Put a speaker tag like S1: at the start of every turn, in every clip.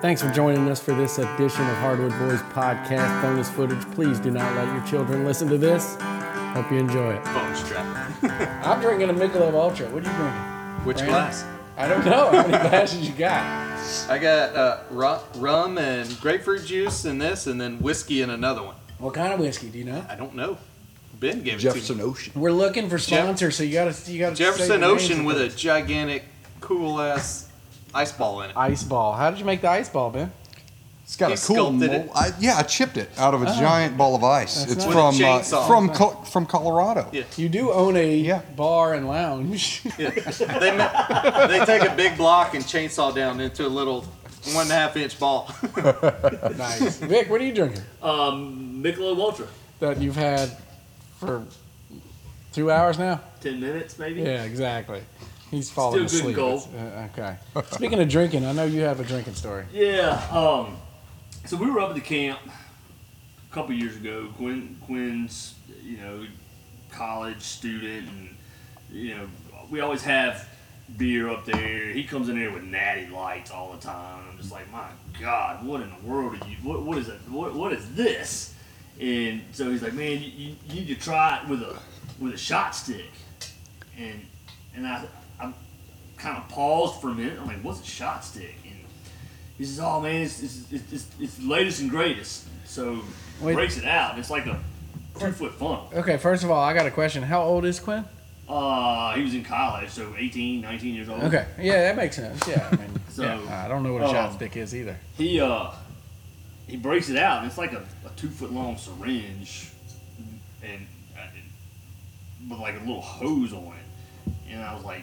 S1: Thanks for joining us for this edition of Hardwood Boys Podcast bonus footage. Please do not let your children listen to this. Hope you enjoy it.
S2: Bone strap.
S1: I'm drinking a Michelob Ultra. What are you drinking?
S2: Which
S1: Brandon?
S2: glass?
S1: I don't know how many glasses you got.
S2: I got uh, ru- rum and grapefruit juice in this, and then whiskey in another one.
S1: What kind of whiskey do you know?
S2: I don't know. Ben gave it
S3: Jefferson
S2: to
S3: Ocean.
S1: We're looking for sponsors, so you gotta you gotta
S2: me.
S1: say the
S2: Jefferson
S1: names
S2: Ocean
S1: of
S2: with a
S1: those.
S2: gigantic, cool ass ice ball in it.
S1: ice ball. How did you make the ice ball, Ben?
S3: It's got
S2: He
S3: a cool.
S2: sculpted
S3: Mold.
S2: it.
S3: I, yeah, I chipped it out of a giant ball of ice.
S1: That's
S3: It's
S1: nice.
S3: from
S2: With a
S3: uh,
S2: chainsaw.
S3: from Co- from Colorado.
S2: Yeah.
S1: You do own a
S3: Yeah.
S1: bar and lounge.
S2: Yeah. they, ma- they take a big block and chainsaw down into a little one and a half inch ball.
S1: nice. Vic, what are you drinking?
S4: Um, Michelob Ultra,
S1: That you've had for two hours now?
S4: ten minutes maybe.
S1: Yeah, exactly. He's falling
S4: Still
S1: asleep.
S4: good and
S1: Uh, okay. Speaking of drinking, I know you have a drinking story.
S4: Yeah, Um, so we were up at the camp a couple years ago. Quinn, Quinn's, you know, college student, and you know, we always have beer up there. He comes in here with natty lights all the time. I'm just like, my God, what in the world are you? What, what is it? What, what is this? And so he's like, man, you, you, you need to try it with a with a shot stick. And and I I kind of paused for a minute. I'm like, what's a shot stick? And he says, oh man, it's it's, it's, it's, it's the latest and greatest. So
S1: Wait.
S4: breaks it out. It's like a two foot funnel.
S1: Okay, first of all, I got a question. How old is Quinn?
S4: Uh, he was in college, so 18, 19 years old.
S1: Okay. Yeah, that makes sense. Yeah. I mean,
S4: So-
S1: yeah, I don't know what a shot
S4: Um,
S1: stick is either.
S4: He uh he breaks it out and it's like a, a two foot long syringe and uh, with like a little hose on it. And I was like,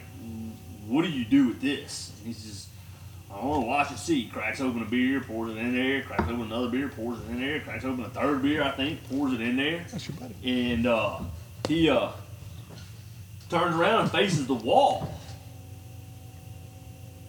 S4: what do you do with this? And he's just, I don't know, watch and see. Cracks open a beer, pours it in there. Cracks open another beer, pours it in there. Cracks open a third beer, I think, pours it in there.
S3: That's your buddy.
S4: And uh, he uh, turns around and faces the wall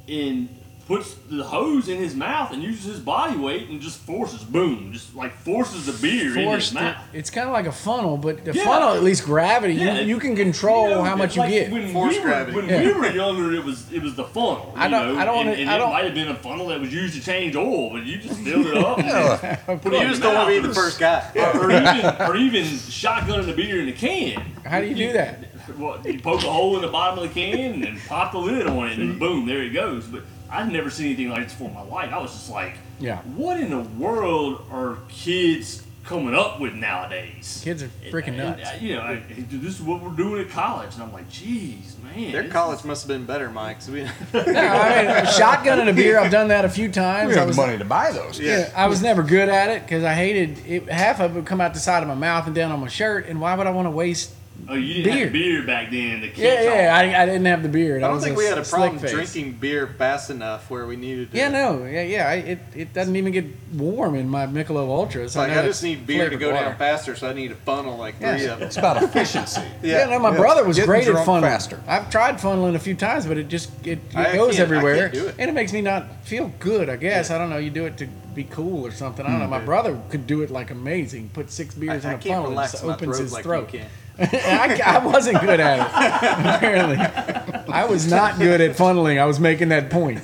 S4: and puts the hose in his mouth and uses his body weight and just forces, boom, just like forces the beer in his
S1: Forced it,
S4: mouth.
S1: it's kind of like a funnel, but the
S4: Yeah.
S1: funnel, at least gravity,
S4: Yeah,
S1: you,
S4: it-
S1: you can control
S4: You know,
S1: how much
S4: like
S1: you get.
S4: When,
S2: Force
S4: we were,
S2: gravity.
S4: when
S1: Yeah.
S4: we were younger, it was it was the funnel.
S1: I
S4: you
S1: don't-
S4: know,
S1: I don't
S4: and,
S1: wanna-
S4: and
S1: I
S4: it
S1: don't-
S4: might have been a funnel that was used to change oil, but you just filled it up. and put it in
S2: you
S4: your
S2: just don't want to
S4: mouth.
S2: be the first guy.
S4: or even or even shotgunning the beer in the can.
S1: How do you do that?
S4: Well, you poke a hole in the bottom of the can and then pop the lid on it, and boom, there it goes. But I've never seen anything like this before in my life. I was just like,
S1: Yeah.
S4: what in the world are kids coming up with nowadays?
S1: Kids are freaking
S4: And- and,
S1: nuts.
S4: you know, I, this is what we're doing at college, and I'm like, jeez, man.
S2: Their
S4: this
S2: college must have been better, Mike. 'cause we-
S1: No, I mean, shotgun and a beer, I've done that a few times.
S3: We
S1: I
S3: have
S1: was,
S3: money to buy those.
S2: Yeah.
S1: I was never good at it because I hated it. Half of it would come out the side of my mouth and down on my shirt, and why would I want to waste?
S4: is- Oh, you didn't have beer back then. The kids
S1: Yeah,
S4: all-
S1: yeah, I, I didn't have the beard.
S2: I don't
S1: was
S2: think we had a
S1: slick
S2: problem
S1: face.
S2: drinking beer fast enough where we needed to.
S1: Yeah, no, yeah, yeah. I, it, it doesn't even get warm in my Michelob Ultra.
S2: It's like, I just need beer to go down faster, so I need a funnel like
S1: Yeah.
S2: three of them.
S3: It's about efficiency.
S1: Yeah, no, my
S3: Yeah,
S1: brother was
S3: getting
S1: great at
S3: drunk
S1: funneling.
S3: faster.
S1: I've tried funneling a few times, but it just it, it
S2: I
S1: goes
S2: can't- I
S1: everywhere,
S2: can't do it.
S1: and it makes me not feel good. I guess I don't know. You do it to be cool or something. I don't know. My brother could do it like amazing. Put six
S2: I,
S1: beers
S2: Hmm. I
S1: in a
S2: can't
S1: funnel and
S2: relax
S1: just
S2: my
S1: opens
S2: throat
S1: his
S2: like
S1: throat.
S2: you can.
S1: I, I wasn't good at it. Apparently, I was not good at funneling. I was making that point.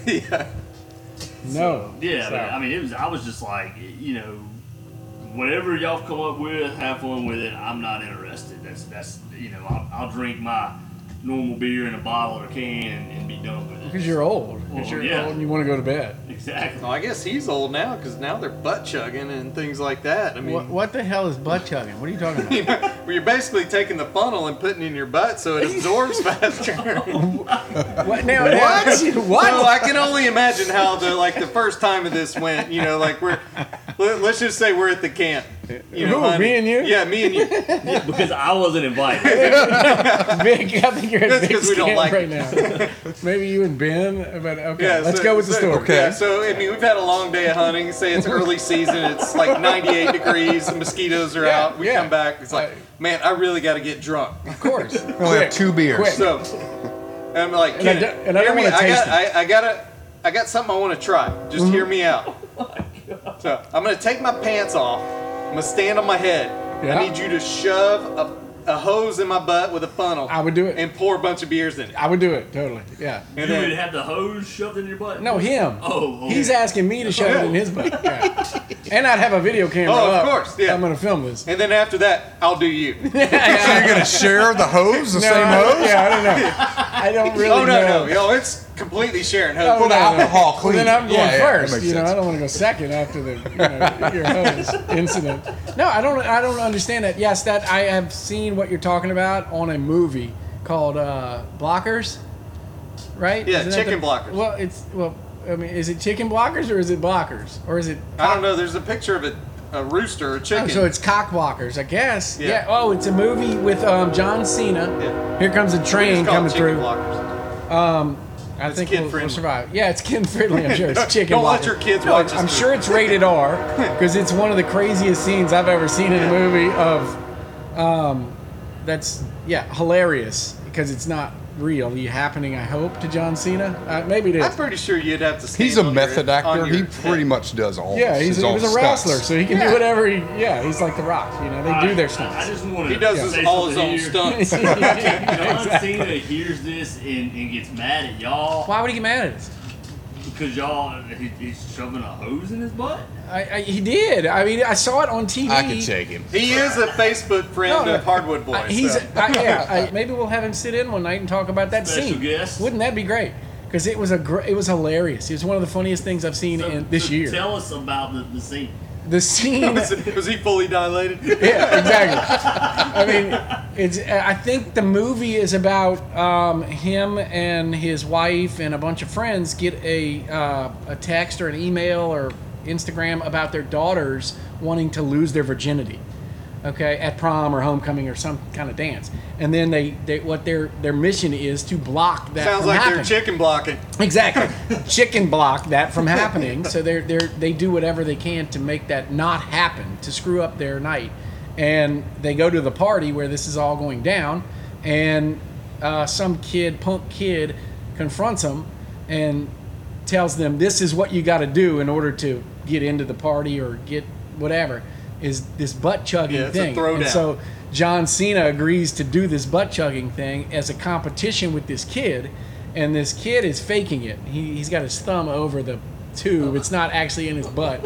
S1: No.
S4: Yeah, but,
S1: So-
S4: I mean, it was. I was just like, you know, whatever y'all come up with, have fun with it. I'm not interested. That's that's you know, I'll, I'll drink my normal beer in a bottle or can and be done with it.
S1: Because you're old.
S4: Well,
S1: Because you're
S4: yeah.
S1: old and you want to go to bed.
S4: exactly.
S2: Well, I guess he's old now because now they're butt chugging and things like that. I mean,
S1: What, what the hell is butt chugging? What are you talking about?
S2: well, you're basically taking the funnel and putting it in your butt so it absorbs faster.
S1: what now? now- what?
S2: So I can only imagine how the like the first time of this went. You know, like we're let, us just say we're at the camp. You
S1: Who,
S2: know, honey.
S1: me and you?
S2: Yeah, me and you.
S4: because I wasn't invited.
S1: Vic, I think you're at
S2: That's
S1: Vic's
S2: 'cause we don't
S1: camp
S2: like
S1: right now. Maybe you and Ben, but okay.
S2: Yeah,
S1: let's
S2: so-
S1: go with the
S2: so-
S1: story.
S3: okay.
S2: Yeah, so I mean, we've had a long day of hunting. Say it's early season, it's like 98 degrees, the mosquitoes are
S1: Yeah,
S2: out. We
S1: yeah.
S2: come back, it's like,
S1: I-
S2: man, I really got to get drunk.
S1: Of course.
S3: We only have two beers.
S1: Quick.
S2: So and I'm like,
S1: I
S2: Kenneth,
S1: don't- and I
S2: hear
S1: don't
S2: me,
S1: wanna
S2: I
S1: taste Mm-hmm.
S2: got, I, I gotta, I got something I want to try. Just hear me out. So I'm gonna take my pants off. I'm gonna stand on my head.
S1: Yeah.
S2: I need you to shove a a hose in my butt with a funnel.
S1: I would do it.
S2: and pour a bunch of beers in it.
S1: I would do it totally. Yeah.
S2: And
S4: you
S2: then-
S4: would have the hose shoved in your butt.
S1: No, him.
S4: Oh, oh.
S1: he's asking me to shove it in his butt. Yeah. And I'd have a video camera.
S2: Oh, of
S1: up.
S2: course, yeah.
S1: I'm gonna film this.
S2: and then after that, I'll do you.
S3: So you're gonna share the hose, the
S1: No,
S3: same
S1: I don't-
S3: hose?
S1: Yeah, I don't know. I don't really.
S2: oh no,
S1: know.
S2: no, yo, it's completely sharing hose.
S1: Oh,
S3: Well,
S1: no,
S3: the
S1: no.
S3: alcohol
S1: Well,
S3: cleans
S1: then
S3: it.
S1: I'm going
S3: Yeah, yeah, that
S1: first.
S3: makes
S1: you know,
S3: sense.
S1: I don't want to go second after the you know, your hose incident. No, I don't. I don't understand that. Yes, that I have seen what you're talking about on a movie called uh, Blockers, right?
S2: Yeah,
S1: Isn't that
S2: Chicken Blockers.
S1: Well, it's well. I mean, is it chicken blockers or is it blockers or is it?
S2: I don't know. There's a picture of a, a rooster or a chicken.
S1: Oh, so it's cock blockers, I guess. Yeah.
S2: Yeah.
S1: Oh, it's a movie with um, John Cena.
S2: Yeah.
S1: Here comes a
S2: We
S1: train
S2: just call it
S1: coming
S2: chicken
S1: through.
S2: blockers.
S1: I
S2: It's
S1: think
S2: kid
S1: we'll, we'll
S2: friendly.
S1: survive. Yeah, it's kid friendly. I'm sure it's
S2: Don't-
S1: chicken.
S2: don't let
S1: blockers.
S2: your kids
S1: No,
S2: watch
S1: I'm
S2: this
S1: sure it's rated R because it's one of the craziest scenes I've ever seen in a movie. Of, um, that's yeah hilarious because it's not real. You happening? I hope to John Cena. Uh, maybe it is.
S2: I'm pretty sure you'd have to.
S3: He's
S2: stand
S3: a
S2: on your-
S3: method
S2: on
S3: actor.
S2: your-
S3: He pretty much does all.
S1: yeah,
S3: his
S1: he's, he
S3: own
S1: was a
S3: stunts.
S1: wrestler, so he can
S2: Yeah.
S1: do whatever he. Yeah, he's like The Rock. You know, they do their
S4: I, I
S1: stunts.
S4: just want to.
S2: He does
S4: say
S2: his, all his
S4: something
S2: own
S4: here.
S2: stunts.
S4: John Cena hears this and, and gets mad at y'all
S1: Why would he get mad at us?
S4: because y'all he, he's shoving a hose in his butt.
S1: I, I, he did. I mean, I saw it on TV.
S3: I could take him.
S2: He is a Facebook
S1: No,
S2: friend
S1: no.
S2: of Hardwood Boys.
S1: I- he's
S2: so.
S1: I, yeah. I, maybe we'll have him sit in one night and talk about that
S4: Special
S1: scene.
S4: guest.
S1: Wouldn't that be great? Because it was a gr- it was hilarious. It was one of the funniest things I've seen
S4: So-
S1: in this
S4: so
S1: year.
S4: Tell us about the, the scene.
S1: the scene.
S2: was, was he fully dilated?
S1: yeah, exactly. I mean, it's. I think the movie is about um, him and his wife and a bunch of friends get a uh, a text or an email or Instagram about their daughters wanting to lose their virginity. Okay, at prom or homecoming or some kind of dance, and then they, they what their their mission is to block that.
S2: Sounds
S1: from
S2: like
S1: happening.
S2: they're chicken blocking.
S1: Exactly. Chicken block that from happening. So they're they are they do whatever they can to make that not happen, to screw up their night. And they go to the party where this is all going down, and uh, some kid, punk kid, confronts them and tells them this is what you got to do in order to get into the party or get whatever is this butt chugging
S2: Yeah, it's a
S1: thing. And
S2: throwdown.
S1: so John Cena agrees to do this butt chugging thing as a competition with this kid, and this kid is faking it. He, he's got his thumb over the tube, it's not actually in his butt,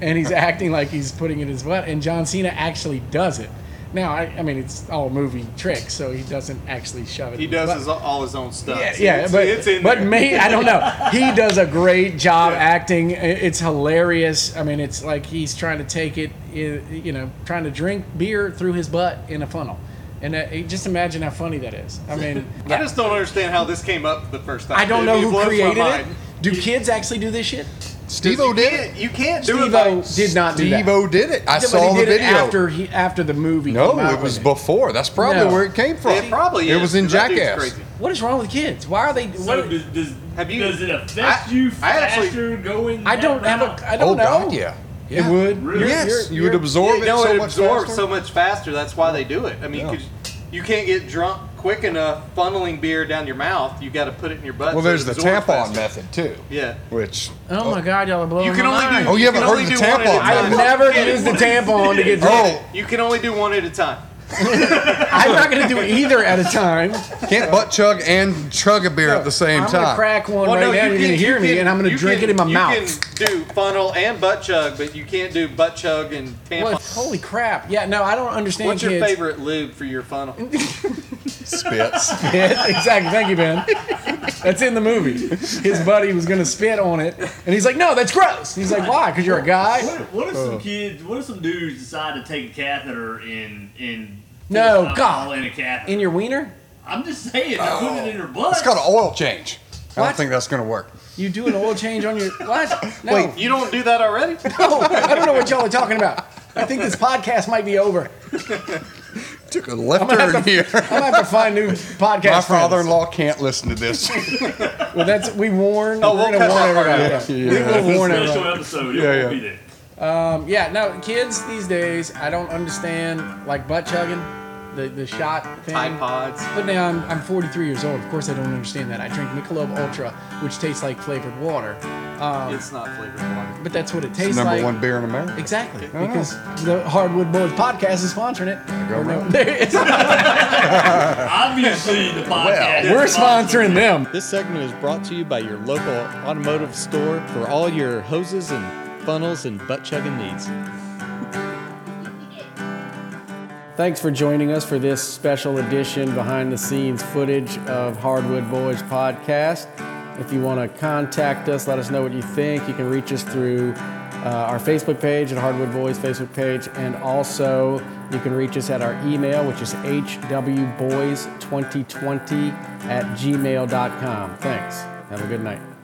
S1: and he's acting like he's putting it in his butt, and John Cena actually does it. Now, I, I mean, it's all movie tricks, so he doesn't actually shove it.
S2: He
S1: in his
S2: does
S1: butt.
S2: his, all his own stuff.
S1: Yeah, yeah,
S2: it's,
S1: but
S2: it's in
S1: but
S2: there.
S1: me, I don't know. He does a great job
S2: Yeah.
S1: acting. I- It's hilarious. I mean, it's like he's trying to take it, i- you know, trying to drink beer through his butt in a funnel, and uh, just imagine how funny that is. I mean,
S2: I just don't understand how this came up the first time.
S1: I don't
S2: It-
S1: know
S2: it blows
S1: who
S2: my
S1: created it.
S2: mind.
S1: Do kids actually do this shit?
S3: Steve-O did it.
S2: You can't do it. By,
S1: Steve-O did not do that.
S3: Steve-O did it. I
S1: Yeah, but
S3: saw
S1: he
S3: the
S1: did it
S3: video.
S1: after he after the movie.
S3: no,
S1: came out
S3: it was
S1: with
S3: before. That's probably
S1: No.
S3: where it came from.
S2: it probably
S3: It
S2: is,
S3: was in
S2: 'cause that dude's
S3: Jackass.
S2: crazy.
S1: What is wrong with kids? Why are they?
S4: So
S1: What,
S4: does, does,
S2: Have you-
S4: does it affect
S2: I-
S4: you
S2: I actually-
S4: faster going?
S1: I don't
S4: that
S1: have
S4: route?
S1: a. I don't
S3: oh
S1: know.
S3: God, yeah. yeah.
S1: It would.
S4: Really?
S1: You're-
S3: Yes,
S1: you're-
S3: you would
S1: you're-
S3: absorb
S2: Yeah,
S3: it
S2: no,
S3: so
S2: it
S3: much
S2: absorbs
S3: faster.
S2: so much faster. That's why they do it. I mean,
S3: Yeah.
S2: 'cause you can't get drunk quick enough funneling beer down your mouth. You got to put it in your butt.
S3: well,
S2: so
S3: there's
S2: it
S3: the
S2: absorbs
S3: tampon
S2: faster.
S3: method too.
S2: Yeah.
S3: Which
S1: Oh my God, y'all are blowing
S2: You can
S1: my
S2: only
S1: mind.
S2: do.
S3: Oh, you
S2: you Oh,
S3: haven't
S2: can
S3: heard
S2: only
S3: the
S2: do one at a
S3: tampon
S2: time.
S1: I
S3: method.
S1: would never use the tampon to get drunk.
S3: oh,
S2: You can only do one at a time.
S1: I'm not going to do either at a time.
S3: can't butt chug and chug a beer at the same
S1: I'm gonna
S3: time.
S1: crack one right now. You're going to hear me, and I'm going to
S2: you
S1: drink it
S2: can-
S1: in my mouth.
S2: You can do funnel and butt chug, but you can't do butt chug and tampon.
S1: What? Holy crap! Yeah, no, I don't understand.
S2: What's your
S1: kids.
S2: favorite lube for your funnel?
S3: Spits.
S1: Yeah, exactly. Thank you, Ben. That's in the movie. His buddy was going to spit on it, and he's like, "No, that's gross." He's like, "Why? Because you're a guy."
S4: What, what if
S3: Uh.
S4: some kids? What if some dudes decide to take a catheter and and
S1: No,
S4: alcohol
S1: God.
S4: in a catheter?
S1: In your wiener?
S4: I'm just saying, oh. put it in your butt.
S3: It's got an oil change. I
S1: What?
S3: don't think that's going to work.
S1: You do an oil change on your what? No,
S2: You don't do that already?
S1: no. I don't know what y'all are talking about. I think this podcast might be over.
S3: Took a left
S1: gonna have
S3: turn
S1: to-
S3: here.
S1: I'm gonna have to find new podcast.
S3: My
S1: friends.
S3: father-in-law can't listen to this.
S1: Well, that's we warn.
S2: Oh,
S1: we're
S2: we'll
S1: gonna
S2: cut
S1: warn
S2: that part
S1: everybody.
S3: out.
S1: Yeah.
S3: Yeah.
S1: We will warn everybody.
S4: special episode.
S3: Yeah,
S4: it
S3: yeah.
S4: won't be there.
S1: Um, yeah, no, kids these days, I don't understand like butt chugging. the, the shot thing.
S2: Tide Pods.
S1: But now I'm, I'm 43 years old. Of course, I don't understand that. I drink Michelob Ultra, which tastes like flavored water.
S2: it's not flavored water.
S1: But that's what it tastes
S3: It's number
S1: like.
S3: one beer in America.
S1: Exactly,
S3: Oh.
S1: because the Hardwood Boys podcast is sponsoring it.
S3: go
S1: Or no,
S3: right.
S1: there it is.
S4: Obviously, the podcast.
S1: We're
S4: is sponsored.
S1: sponsoring them.
S5: This segment is brought to you by your local automotive store for all your hoses and funnels and butt chugging needs.
S1: Thanks for joining us for this special edition behind the scenes footage of Hardwood Boys podcast. If you want to contact us, let us know what you think. You can reach us through uh, our Facebook page at Hardwood Boys Facebook page, and also you can reach us at our email, which is hwboys2020 at gmail.com. Thanks. Have a good night.